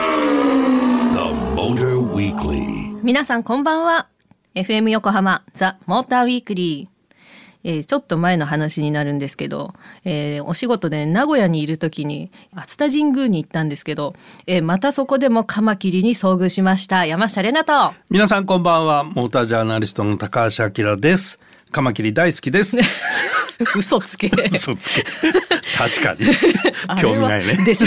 The Motor Weekly. 皆さんこんばんは FM 横浜ザ・モーターウィークリー、えーちょっと前の話になるんですけど、えーお仕事で名古屋にいる時に熱田神宮に行ったんですけど、えーまたそこでもカマキリに遭遇しました山下玲奈と皆さんこんばんはモータージャーナリストの高橋明ですカマキリ大好きです 嘘つ け嘘つけ確かに 興味あないれはねでしょ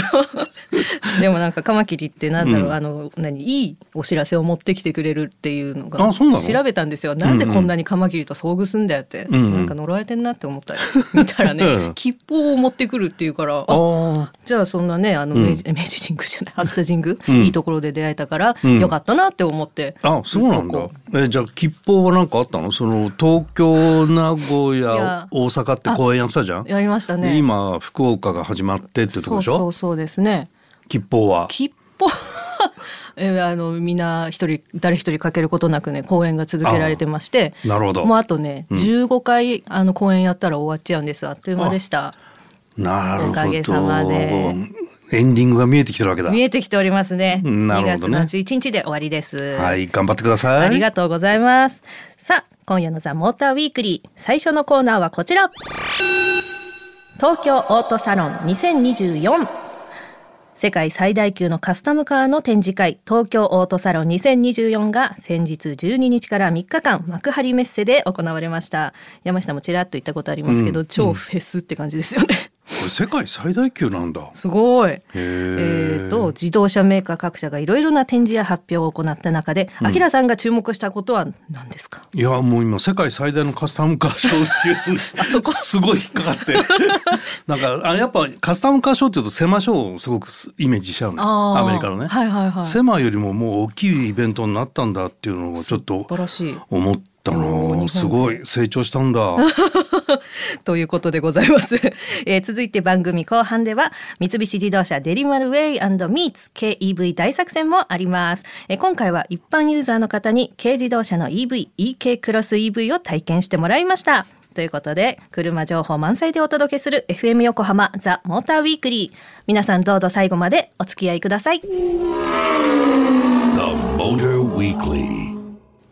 でもなんかカマキリってなんだろう、うんあの何いいお知らせを持ってきてくれるっていうのがあそうなの調べたんですよなんでこんなにカマキリと遭遇すんだよって、んうんなんか呪われてんなって思 ったり見たらね、うん吉報を持ってくるっていうからああじゃあそんなねあのうん明治,、 明治神宮じゃない熱田神宮、うんいいところで出会えたから、うんよかったなって思ってーあそうなんだえじゃあ吉報は何かあったのその東京名古い屋や大阪って公演やってたじゃん、やりましたねで今福岡が始まってってとこそうでしょそうそうですね吉報は吉報は えーあのみんな一人誰一人欠けることなくね公演が続けられてましてなるほどもうあとね、ん15回あの公演やったら終わっちゃうんですあっという間でしたなるほどおかげさまでエンディングが見えてきてるわけだ見えてきておりますねなるほどね2月の11日で終わりです、はい頑張ってくださいありがとうございますさあ今夜のザ・モーターウィークリー最初のコーナーはこちら東京オートサロン2024世界最大級のカスタムカーの展示会東京オートサロン2024が先日12日から3日間幕張メッセで行われました山下もちらっと言ったことありますけど、超フェスって感じですよね、これ世界最大級なんだすごいええー、と自動車メーカー各社がいろいろな展示や発表を行った中で、アキラさんが注目したことは何ですかいやもう今世界最大のカスタムカーショーっていう あそこすごい引っかかってなんかあやっぱカスタムカーショーっていうと狭ショーをすごくイメージしちゃうのアメリカのね、はいはいはい素狭いよりももう大きいイベントになったんだっていうのをちょっと晴らしい思ったおー日本のですごい成長した んだということでございます、 えー続いて番組後半では三菱自動車デリマルウェイミーツ KEV 大作戦もあります、えー今回は一般ユーザーの方に軽自動車の EVEK クロス EV を体験してもらいましたということで車情報満載でお届けする FM 横浜ザ・モーターウィークリー皆さんどうぞ最後までお付き合いください The Motor Weekly.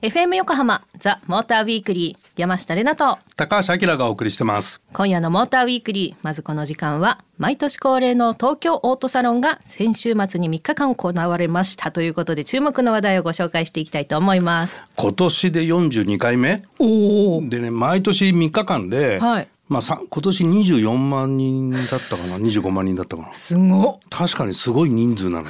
FM 横浜ザ・モーターウィークリー山下玲奈と高橋明がお送りしてます今夜のモーターウィークリーまずこの時間は毎年恒例の東京オートサロンが先週末に3日間行われましたということで注目の話題をご紹介していきたいと思います今年で42回目おおでね毎年3日間で、はいまあ、さ今年24万人だったかな25万人だったかなすご確かにすごい人 数なのよ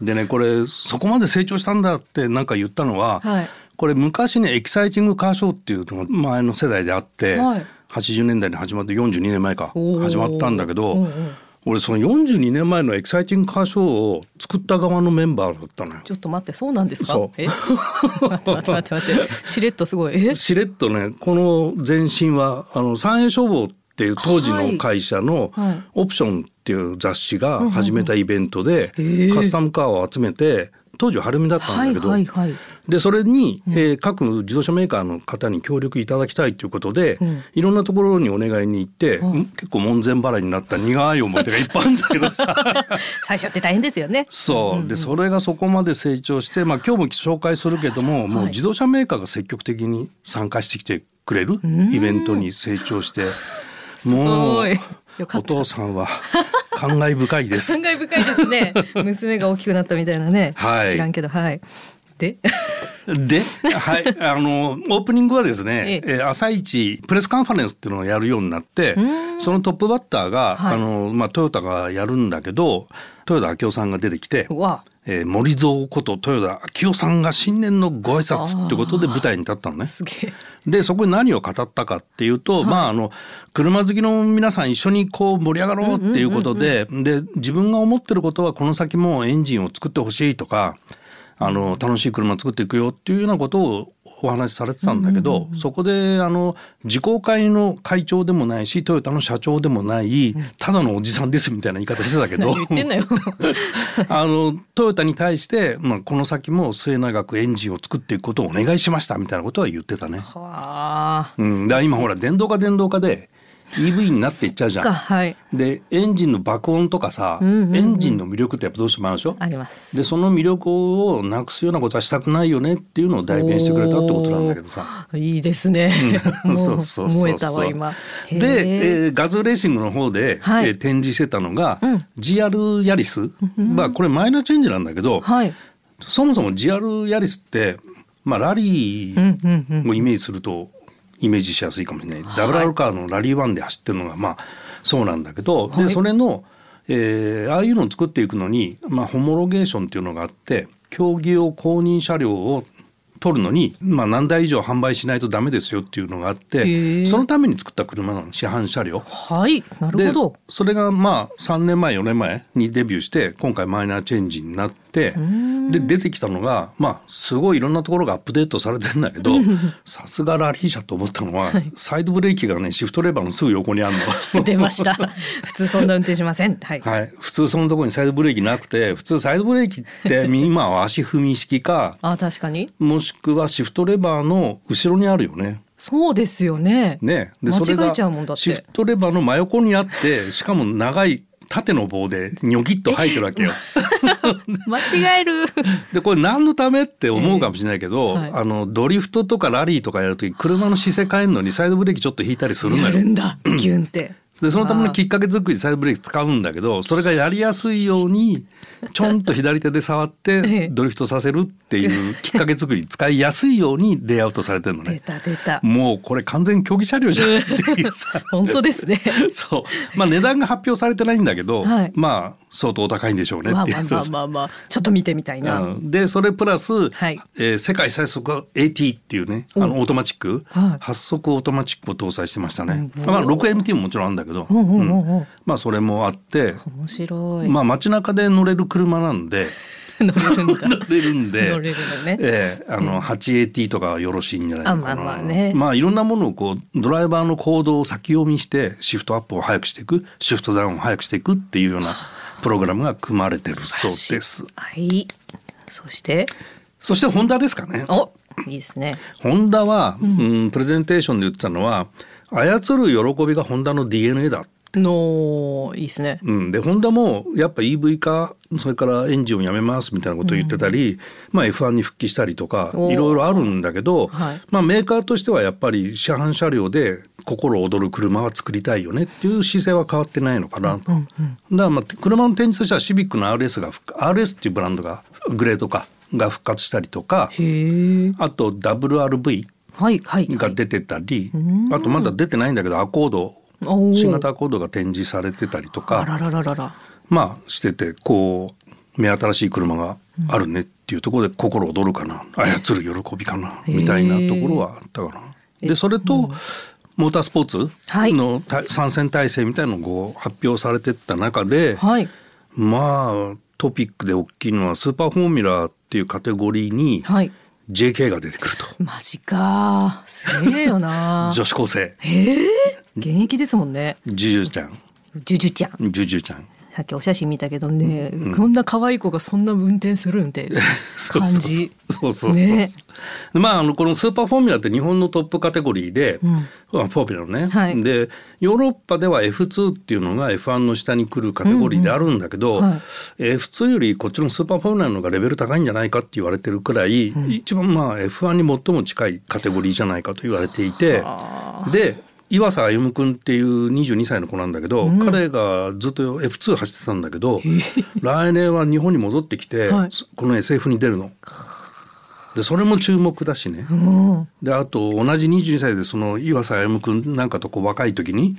でねこれそこまで成長したんだってなんか言ったのは、はいこれ昔ねエキサイティングカーショーっていうのが前の世代であって、はい80年代に始まって42年前かおー始まったんだけど、うんうん俺その42年前のエキサイティングカーショーを作った側のメンバーだったのよ。ちょっと待ってそうなんですかそうえ 待って待って待って待ってしれっとすごいえしれっとねこの前身はあの三栄消防っていう当時の会社のはいはい「オプション」っていう雑誌が始めたイベントでへえカスタムカーを集めて当時はるみだったはんだいけど、はいはいでそれに、えー各自動車メーカーの方に協力いただきたいということで、うんいろんなところにお願いに行って、うんん結構門前払いになった苦い思い出がいっぱいあるんだけどさ最初って大変ですよねそうでそれがそこまで成長して、まあ、今日も紹介するけども、もう自動車メーカーが積極的に参加してきてくれるイベントに成長 してもごういよかおった父さんは 感慨深いで 感。す慨深いです ね娘が大きくなったみたいなね、はい知らんけどはいで で、はい、あのオープニングはですえね、えー朝一プレスカンファレンスっていうのをやるようになって、そのトップバッターが、はいあのまあトヨタがやるんだけど、豊田章夫さんが出てきて、うわえー森蔵こと豊田章夫さんが新年のご挨拶ってことで舞台に立ったのね。すげえでそこに何を語ったかっていうと、まああの車好きの皆さん一緒にこう盛り上がろうっていうことで、で自分が思ってることはこの先もエンジンを作ってほしいとかあの楽しい車作っていくよっていうようなことをお話しされてたんだけど、そこであの自公会の会長でもないしトヨタの社長でもないただのおじさんですみたい な言い方してたけど何言ってんのよ あのトヨタに対して、まあ、この先も末永くエンジンを作っていくことをお願いしましたみたいなことは言ってたね。はあうん、だから今ほら電動化電動化で EV になっていっちゃうじゃそっん。かはいでエンジンの爆音とかさ、うんうんうんエンジンの魅力ってやっぱどうしてもあるでしょありますでその魅力をなくすようなことはしたくないよねっていうのを代弁してくれたってことなんだけどさ。いいですね うんも そうそうそうそう燃えたわ今へで、ええーガズレーシングの方で、はいえー展示してたのが、うん GR ヤリス、まあこれマイナーチェンジなんだけど、はいそもそも GR ヤリスって、まあ、ラリうーんうんうんをイメージするとイメージしやすいかもしれない、ダブルアルカーのラリーワンで走ってるのがまあそうなんだけど、はでいそれの、えーああいうのを作っていくのに、まあ、ホモロゲーションっていうのがあって競技用公認車両を取るのに、まあ、何台以上販売しないとダメですよっていうのがあっへてえそのために作った車なの市販車両。はいなるほどでそれがまあ3年前4年前にデビューして今回マイナーチェンジになってで出てきたのがまあすごいいろんなところがアップデートされてんだけどさすがラリー車と思ったのは、はいサイドブレーキがねシフトレバーのすぐ横にあるの。 出ま した普通そんな運転しませんはい、はい、普通そのところにサイドブレーキなくて普通サイドブレーキ って今は足踏み式かあ確かにもしくはシフトレバーの後ろにあるよね。そうですよねね、間違えそれがちゃうもんだってシフトレバーの真横にあってしかも長い縦の棒でニョキッと入ってるわけよ。間違えるでこれ何のためって思うかもしれないけど、ええはいあのドリフトとかラリーとかやるとき車の姿勢変えるのにサイドブレーキちょっと引いたりするのやるよ。んだギュンってでそのためまのあきっかけ作りでサイドブレーキ使うんだけどそれがやりやすいようにちょんと左手で触っええてドリフトさせるっていうきっかけ作り使いやすいようにレイアウトされてるの出ね。た出たもうこれ完全競技車両じゃんっていうさ。 本当ですね そうまあ値段が発表されてないんだけど、はいまあ相当お高いんでしょうねまっあていまあうまあまあまあちょっと見てみたいな、 うんでそれプラス、はいえー世界最速は AT っていうねあのオートマチック、はい8速オートマチックを搭載してましたね、うんまあ、6MT ももちろんあるんだけど、うんうんうんうんまあそれもあって、面白い、 まあ街中で乗れる車なんで乗れるんだ 乗れるんで乗れるのねええあの 8AT とかはよろしいんじゃないのかなあまあまあねまあいろんなものをこうドライバーの行動を先読みしてシフトアップを早くしていくシフトダウンを早くしていくっていうようなプログラムが組まれてるそうです。はいそしてそしてホンダですかね。おいいですねホンダは、うん、プレゼンテーションで言ってたのは操る喜びがホンダの DNA だ。のいいですねうん、でホンダもやっぱ EV 化それからエンジンをやめますみたいなことを言ってたり、まあ、F1 に復帰したりとかおーいろいろあるんだけど、はいまあ、メーカーとしてはやっぱり市販車両で心躍る車は作りたいよねっていう姿勢は変わってないのかなと、だからまあ車の展示としてはシビックの RS が復 RS っていうブランドがグレードかが復活したりとかへえあと WRV はいはいはいが出てたり、あとまだ出てないんだけどアコードおー新型アコードが展示されてたりとあか、らららららまあしててこう目新しい車があるねっていうところで心躍るかな操る喜びかなみたいなところはあったかな。えでそれとモータースポーツはいのた参戦体制みたいのを発表されてった中で、はいまあトピックで大きいのはスーパーフォーミュラーっていうカテゴリーにはい JK が出てくると。マジかすげえよ な女子高生へえ現役ですもんねジュジュちゃんジュジュちゃんジュジュちゃんさっきお写真見たけどね、こんな可愛い子がそんな運転するんって そう感じそうそうそうそうそう、ねまああのこのスーパーフォーミュラーって日本のトップカテゴリーで、んまあフォーミュラーのね、はいでヨーロッパでは F2 っていうのが F1 の下に来るカテゴリーであるんだけうんど、うんはい F2 よりこっちのスーパーフォーミュラーの方がレベル高いんじゃないかって言われてるくらい、一番まあ F1 に最も近いカテゴリーじゃないかと言われていてで岩佐歩夢君っていう22歳の子なんだけど、彼がずっと F2 走ってたんだけど、来年は日本に戻ってきて、はいこの SF に出るの。でそれも注目だしね。うんであと同じ22歳でその岩佐歩夢君なんかとこう若い時に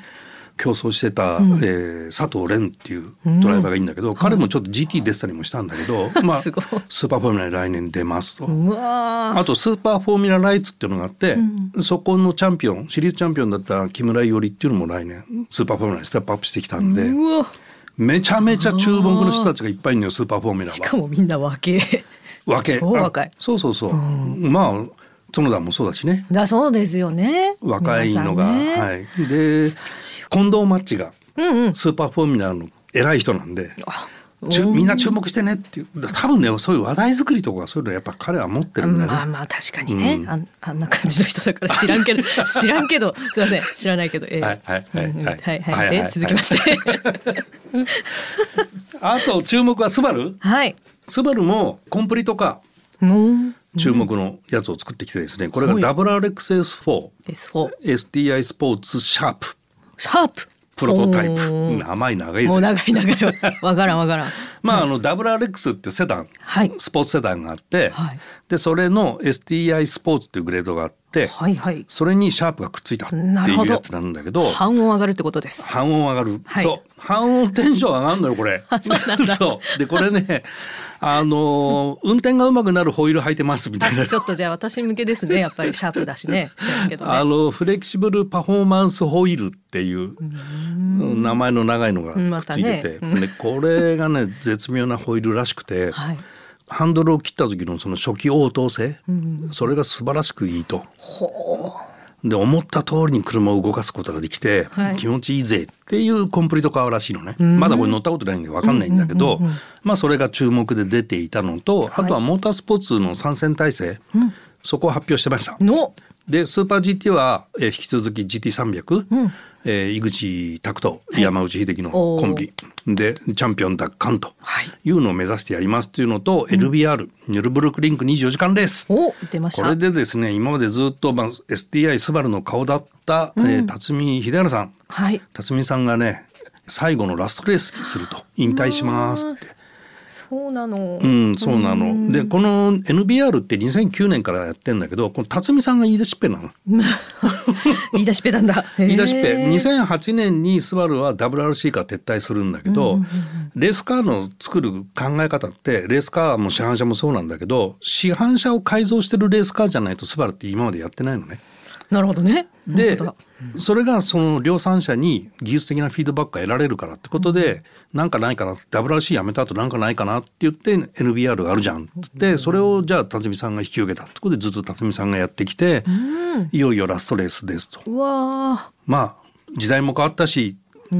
競争してた、えー佐藤蓮っていうドライバーがいいんだけど、彼もちょっと GT 出てたりもしたんだけど、ま あ、すスごいーパーフォーミュラーに来年出ますと。うわーあとスーパーフォーミュラーライツっていうのがあって、そこのチャンピオンシリーズチャンピオンだった木村伊織っていうのも来年スーパーフォーミュラーにステップアップしてきたんで、うわめちゃめちゃ注目の人たちがいっぱいいるのよスーパーフォーミュラーは。しかもみんな若え若い超若いあそうそうそう、まあ角田もそうだしねだそうですよね若いの皆が、さんねはいで近藤マッチがうんうんスーパーフォーミュラーの偉い人なんであちゅみんな注目してねっていう多分ねそういう話題作りとかそういうのやっぱ彼は持ってるんだよね。まあまあ確かにね、うんあんあんな感じの人だから知らんけ ど知らんけどすいません知らないけど、えーはいはいはいうんうんはいはいはいはいはいではい続きましてあと注目はスバルはいスバルもコンプリとかの注目のやつを作ってきてですねこれがはい WRXS4STI S4 スポーツシャープシャーププロトタイおプー名前長いでもすうね長い長いわわからんわ からんまああの WRX ってセダン、はいスポーツセダンがあって、はいでそれの STI スポーツっていうグレードがあって、はいはいそれにシャープがくっついたってなるいほうどやつなんだけど半音上がるってことです半音上がる、はいそう半音テンション上がるのよこれ そうなんだ そうでこれねあのー運転が上手くなるホイール履いてますみたいなあちょっとじゃあ私向けですねやっぱりシャープだしね知らんけどねあのフレキシブルパフォーマンスホイールっていう名前の長いのがくっついてて、またねうんでこれがね絶妙なホイールらしくて、はいハンドルを切った時のその初期応答性、それが素晴らしくいいと。で思った通りに車を動かすことができて、はい気持ちいいぜっていうコンプリートカーらしいのね、まだこれ乗ったことないんで分かんないんだけど、まあそれが注目で出ていたのと、あとはモータースポーツの参戦体制、そこを発表してました。のでスーパー GT は、えー引き続き GT300、えー井口拓と山内秀樹のおーコンビでチャンピオン奪還とはいいうのを目指してやりますというのと、LBR ニュルブルクリンク24時間レース。お出ましこたれでですね今までずっと、まあ、STI スバルの顔だった、えー辰巳秀治さんはい辰巳さんがね最後のラストレースにすると引退しますって。そうなの、うん、そうなの。で、この NBR って2009年からやってんだけど、この辰巳さんが言い出しっぺなの。 言い出しっぺなんだ 言い出しっぺへー2008年にスバルは WRC から撤退するんだけど、レースカーの作る考え方ってレースカーも市販車もそうなんだけど市販車を改造してるレースカーじゃないとスバルって今までやってないのね。なるほどねで本当だそれがその量産車に技術的なフィードバックが得られるからってことで、なんかないかな WRC やめた後なんかないかなって言って NBR があるじゃんっつってそれをじゃあ辰巳さんが引き受けたってことでずっと辰巳さんがやってきて、いよいよラストレースですと。うわまあ時代も変わったし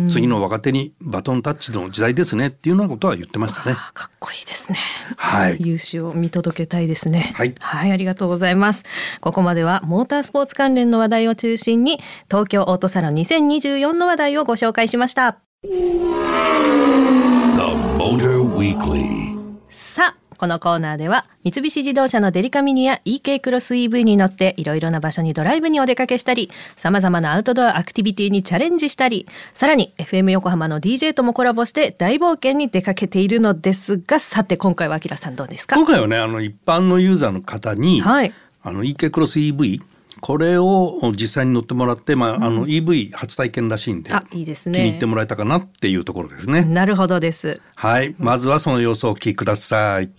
次の若手にバトンタッチの時代ですねっていうようなことは言ってまし たね。ーかっこいいですねはい勇姿を見届けたいですねはいありがとうございますここまではモータースポーツ関連の話題を中心に東京オートサロン2024の話題をご紹介しました The Motor Weekly. さあこのコーナーでは三菱自動車のデリカミニや EK クロス EV に乗っていろいろな場所にドライブにお出かけしたりさまざまなアウトドアアクティビティにチャレンジしたりさらに FM 横浜の DJ ともコラボして大冒険に出かけているのですがさて今回はあきらさんどうですか今回はねあの一般のユーザーの方に、はいあの EK クロス EV これを実際に乗ってもらって、まああの EV 初体験らしいんであいいですね気に入ってもらえたかなっていうところですね。なるほどですはい、まずはその様子をお聞きください。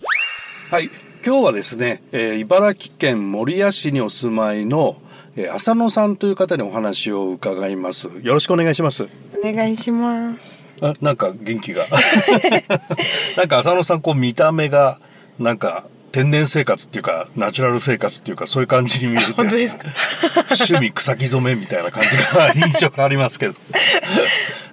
はい、今日はですね、えー茨城県守谷市にお住まいの、えー浅野さんという方にお話を伺います。よろしくお願いします。お願いします。あ、なんか元気 が。なんか浅野さん、こう見た目が、なんか。天然生活っていうか、ナチュラル生活っていうか、そういう感じに見 える。本当ですか。趣味草木染めみたいな感じが 印象がありますけど。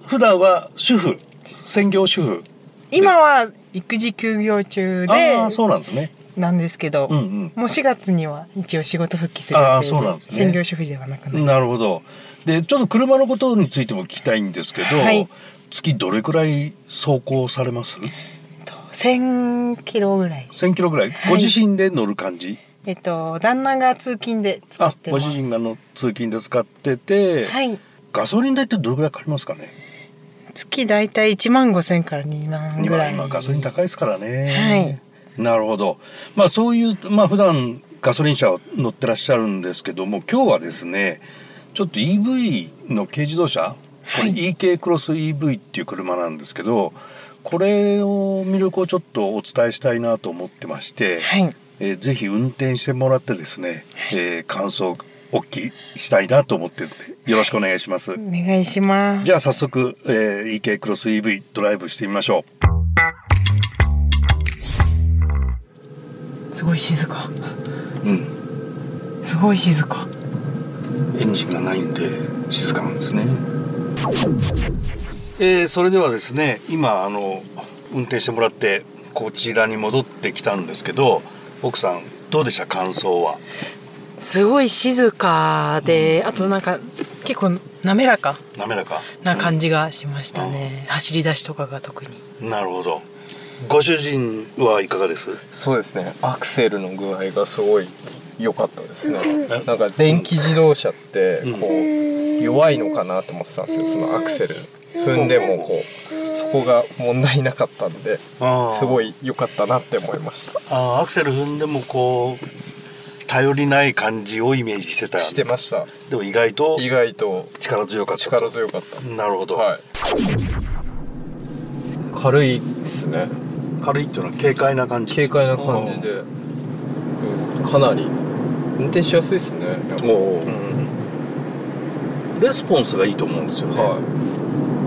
普段は主婦、専業主婦。今は育児休業中でああ、そうなんですね。なんですけど、うんうんもう4月には一応仕事復帰する予定あーそうなんですね専業主婦ではなくなるなるほど。で、ちょっと車のことについても聞きたいんですけど、はい月どれくらい走行されますと1000キロぐらい。 ?1000 キロぐらい、はいご自身で乗る感じえっと旦那が通勤で使あっ、てごま自す。身がの通勤で使ってて、はい。ガソリン代ってどれくらいかかりますかね月だいたい1万5千から2万ぐ今らい。今ガソリン高いですからね。なるほど。まあそういうまあ普段ガソリン車を乗ってらっしゃるんですけども、今日はですね、ちょっと EV の軽自動車、これ EK クロス EV っていう車なんですけど、これを魅力をちょっとお伝えしたいなと思ってまして、はいえーぜひ運転してもらってですね、えー感想をお聞きしたいなと思ってるんで、よろしくお願いします。お願いします。じゃあ早速、えー EK クロス EV ドライブしてみましょう。すごい静か。うん、すごい静か。エンジンがないんで静かなんですね。えーそれではですね今あの運転してもらってこちらに戻ってきたんですけど奥さんどうでした感想はすごい静かで、あとなんか結構滑らか滑らかな感じがしましたね、走り出しとかが特になるほどご主人はいかがですそうですねアクセルの具合がすごい良かったですねなんか電気自動車ってこう弱いのかなと思ってたんですよそのアクセル踏んでもこうそこが問題なかったんであすごいい良かったなって思いましたあーアクセル踏んでもこう頼りない感じをイメージしてたしてましたでも意外と意外と力強かったと力強かったなるほど、はい軽いですね軽いっていうのは軽快な感じ軽快な感じで、うんかなり運転しやすいですねやっぱおお、レスポンスがいいと思うんですよね、はい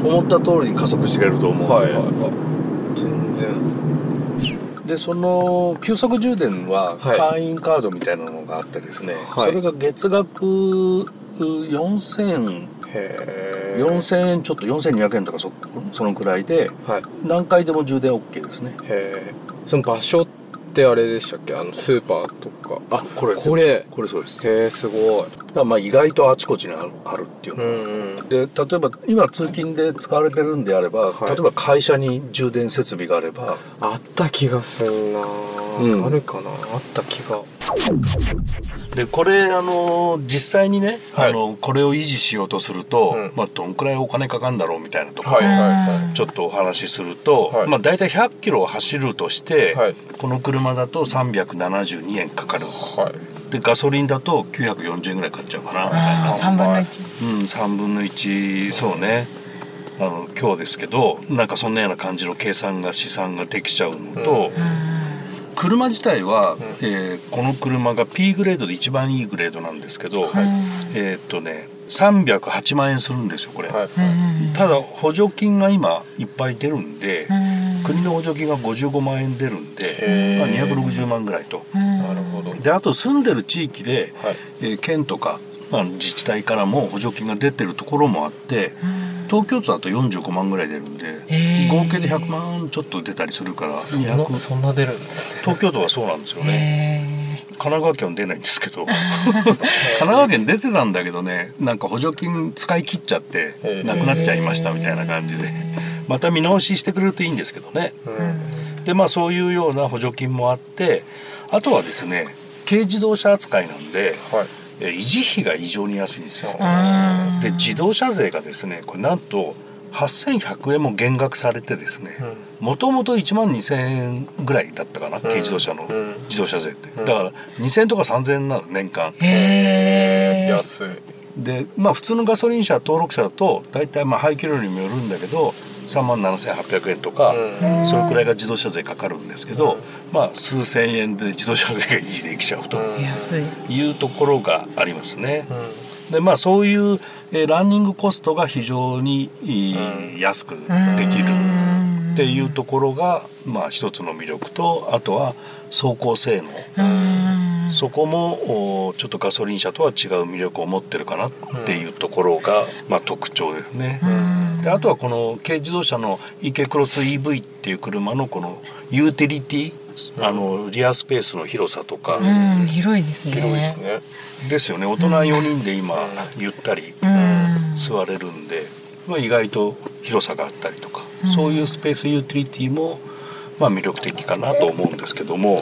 思った通りに加速してくれると思うんで、はいはいはい全然でその急速充電ははい会員カードみたいなのがあってですね、はそいれが月額う4000へえ4000円ちょっと4200円とかそそのくらいではい何回でも充電 OK ですねへえその場所ってあれでしたっけあのスーパーとかあこれこれこれそうですだへえすごいからまあ意外とあちこちにあるあるっていううの、んうんで例えば今通勤で使われてるんであれば、はい例えば会社に充電設備があればあった気がすんな、うんあるかなあった気がでこれあの実際にね、はいあのこれを維持しようとすると、うんまあ、どんくらいお金かかるんだろうみたいなところ、はいはちょっとお話しすると、はいまあ、大体100キロを走るとして、はいこの車だと372円かかるいはいでガソリンだと940円ぐらい買っちゃうかなみたいあなー3分のう1ん、3分の1そうねあの今日ですけどなんかそんなような感じの計算が試算ができちゃうのと、車自体は、えーこの車が P グレードで一番いいグレードなんですけど、えーっとね308万円するんですよこれ、はいただ補助金が今いっぱい出るんで、国の補助金が55万円出るんで、まあ、260万ぐらいと。なるほどであと住んでる地域で、はいえー県とか、まあ、自治体からも補助金が出てるところもあって、東京都だと45万ぐらい出るんで、へー合計で100万ちょっと出たりするからそんな200そんな出るんですね東京都はそうなんですよね、え神奈川県は出ないんですけど神奈川県出てたんだけどねなんか補助金使い切っちゃってへーなくなっちゃいましたみたいな感じでまた見直ししてくれるといいんですけどね。でまあそういうような補助金もあってあとはですね軽自動車扱いなんで、はいえー維持費が異常に安いんですよ。ー、で自動車税がですねこれなんと8100円も減額されてですねもともと1万2000円ぐらいだったかな、軽自動車のん自動車税って、だから2000円とか3000円なの年間へえ安いでまあ普通のガソリン車登録車だと大体まあ排気量にもよるんだけど3万7800円とか、うそのくらいが自動車税かかるんですけど、まあ数千円で自動車税が維持できちゃうと安いいうところがありますね。でまあそういう、えーランニングコストが非常に、いい安くできるっていうところが、まあ、一つの魅力とあとは走行性能そこもおちょっとガソリン車とは違う魅力を持ってるかなっていうところが、まあ、特徴ですね。であとはこの軽自動車の EK クロス EV っていう車のこのユーティリティあのリアスペースの広さとか、うん広いですね広いですねですよね大人4人で今ゆったり座れるんで、まあ、意外と広さがあったりとか、そういうスペースユーティリティもまあ魅力的かなと思うんですけども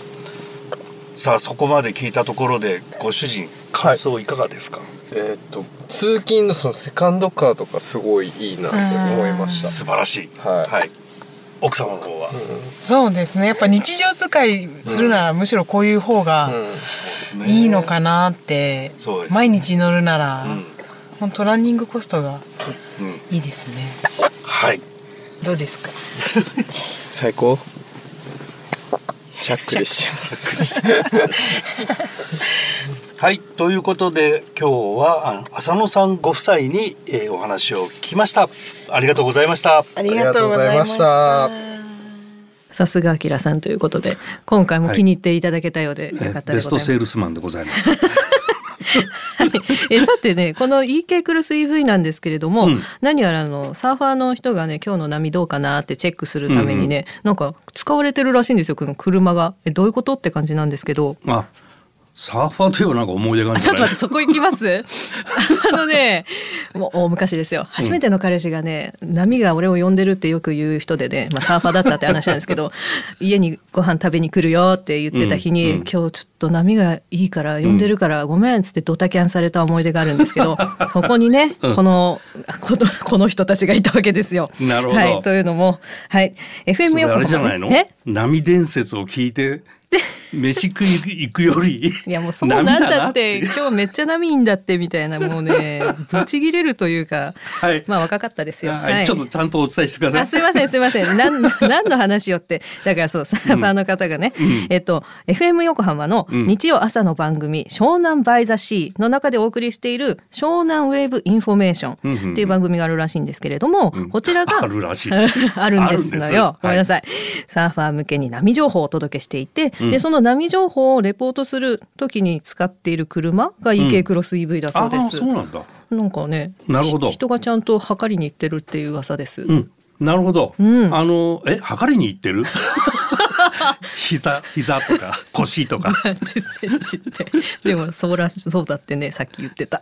さあそこまで聞いたところでご主人感想いかがですか、えーっと通勤のそのセカンドカーとかすごいいいなって思いまし素晴らしい、はい奥様の方は、そうですねやっぱ日常使いするならむしろこういう方た、うがんいいのかなって、そうですね毎日乗るなら、んほんとランニングコストがうんいいですねはいどうですか最高しゃっくりしはいということで今日はあの浅野さんご夫妻に、えーお話を聞きましたありがとうございましたありがとうございましたさすが明さんということで今回も気に入っていただけたようでよかったでベストござい ます、セールスマンでございます。えさてねこの EK クルス EV なんですけれども、うん何やらあのサーファーの人がね今日の波どうかなってチェックするためにね、なんか使われてるらしいんですよこの車がえどういうことって感じなんですけど。あサーファーといえばなんか思い出がああるんちじょゃっとない待って、そこ行きます あのね、もう大昔ですよ。初めての彼氏がね、波が俺を呼んでるってよく言う人でね、まあサーファーだったって話なんですけ ど、家にご飯食べに来るよって言ってた日に、うんうん今日ちょっと波がいいから呼んでるからごめんっつってドタキャンされた思い出があるんですけ ど、そこにね、うんこの、この、この人たちがいたわけですよ。なるほどはい、というのも、はい。そ FM れ横あ浜れじゃないのえ波伝説を聞い て飯食いに行くよりいやもうそうなんだって波だな今日めっちゃ波いいんだってみたいなもうねぶち切れるというか、はいまあ若かったですよ。はい、ちょっとちゃんとお伝えしてくだあさすい。いませんすいませんなん何の話よってだからそうサーファーの方がね、えっと FM 横浜のうん日曜朝の番組「湘南バイザシー」の中でお送りしている「湘南ウェーブインフォメーショうんうんうんン」っていう番組があるらしいんですけれども、んこちらがあるらしい あるんですのよあるんですごめんなさい、サーファー向けに波情報をお届けしていて、でその波情報をレポートする時に使っている車が EK クロス EV だそうであす、そうなんだ。なんかねなるほどひ人がちゃんと測りに行ってるっていう噂です、うん、なるほど。うんあのえ測りに行って る？膝膝とか腰と か。 10センチって。でも、そうらし、そうだってね、さっき言ってた。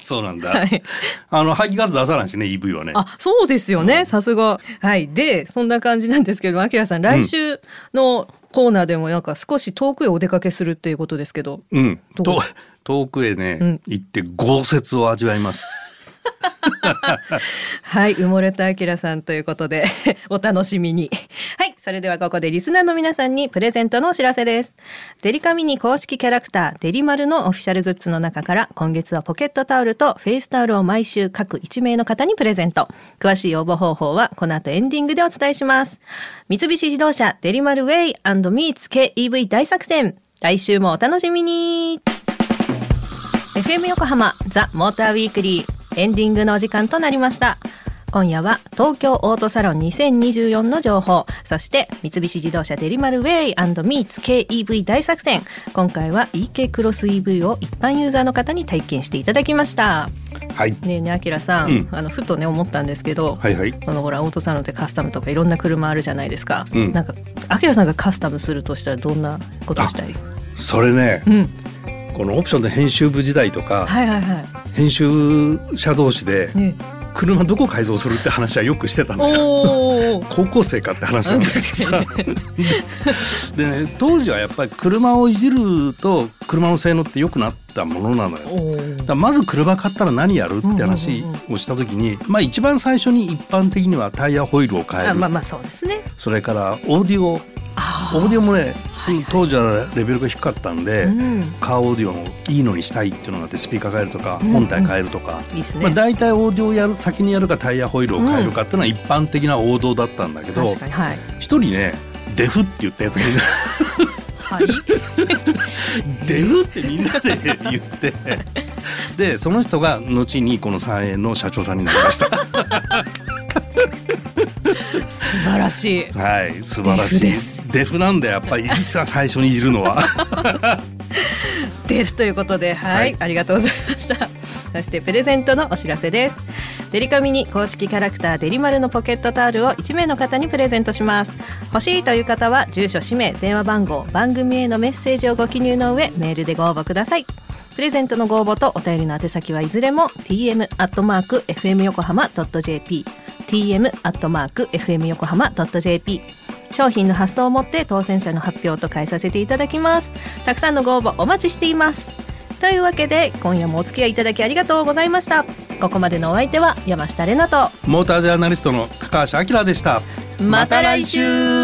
そうなんだ。はい。あの排気ガス出さないしね EV はね。あ、そうですよね、さすが。はい。で、そんな感じなんですけど、あきらさん、来週のコーナーでもなんか少し遠くへお出かけするっていうことですけど。うん。どうと遠くへね、うん行って豪雪を味わいます。はい。埋もれたあきらさんということで、 お楽しみに。はい。それではここでリスナーの皆さんにプレゼントのお知らせです。デリカミニ公式キャラクター、デリマルのオフィシャルグッズの中から、今月はポケットタオルとフェイスタオルを毎週各1名の方にプレゼント。詳しい応募方法は、この後エンディングでお伝えします。三菱自動車、デリマルウェイミーツ KEV 大作戦。来週もお楽しみに FM 横浜ザ・モーターウィークリーエンディングのお時間となりました今夜は東京オートサロン2024の情報そして三菱自動車デリマルウェイミーツ KEV 大作戦今回は EK クロス EV を一般ユーザーの方に体験していただきましたはいねえねえあきらさん、うんあのふとね思ったんですけど、はいはい。あのほらオートサロンってカスタムとかいろんな車あるじゃないですか、うんなんかあきらさんがカスタムするとしたらどんなことしたいそれねう、んこのオプションで編集部時代とか、はいはいは編集者同士でいね車どこ改造するって話はよくしてたのよ。おお高校生かって話なんだけどさ確かに でね当時はやっぱり車をいじると車の性能って良くなったものなのよだかおらまず車買ったら何やるって話うんうんうんをした時に、まあ、一番最初に一般的にはタイヤホイールを変えある、まあまあそうですねそれからオーディオオあーディオもね、はいはい当時はレベルが低かったんで、うんカーオーディオのいいのにしたいっていうのがあってスピーカー変えるとかうんうん本体変えるとか、いいですね、まあ、大体オーディオやる先にやるかタイヤホイールを変えるかっていうのは一般的な王道だったんだけど確かにはい一、人ねデフって言ったやつがいるはいデフってみんなで言 ってでその人が後にこの三円の社長さんになりました素晴らしいはい素晴らしいデフですデフなんでやっぱり一切最初にいじるのはデフということではい、はいありがとうございましたそしてプレゼントのお知らせですデリカミに公式キャラクターデリマルのポケットタオルを1名の方にプレゼントします欲しいという方は住所氏名電話番号番組へのメッセージをご記入の上メールでご応募くださいプレゼントのご応募とお便りの宛先はいずれも tm アットマーク fm 横浜 .jp tm アットマーク fm 横浜 .jp 商品の発送をもって当選者の発表と変えさせていただきますたくさんのご応募お待ちしていますというわけで今夜もお付き合いいただきありがとうございましたここまでのお相手は山下れなとモータージャーナリストの高橋明でしたまた来週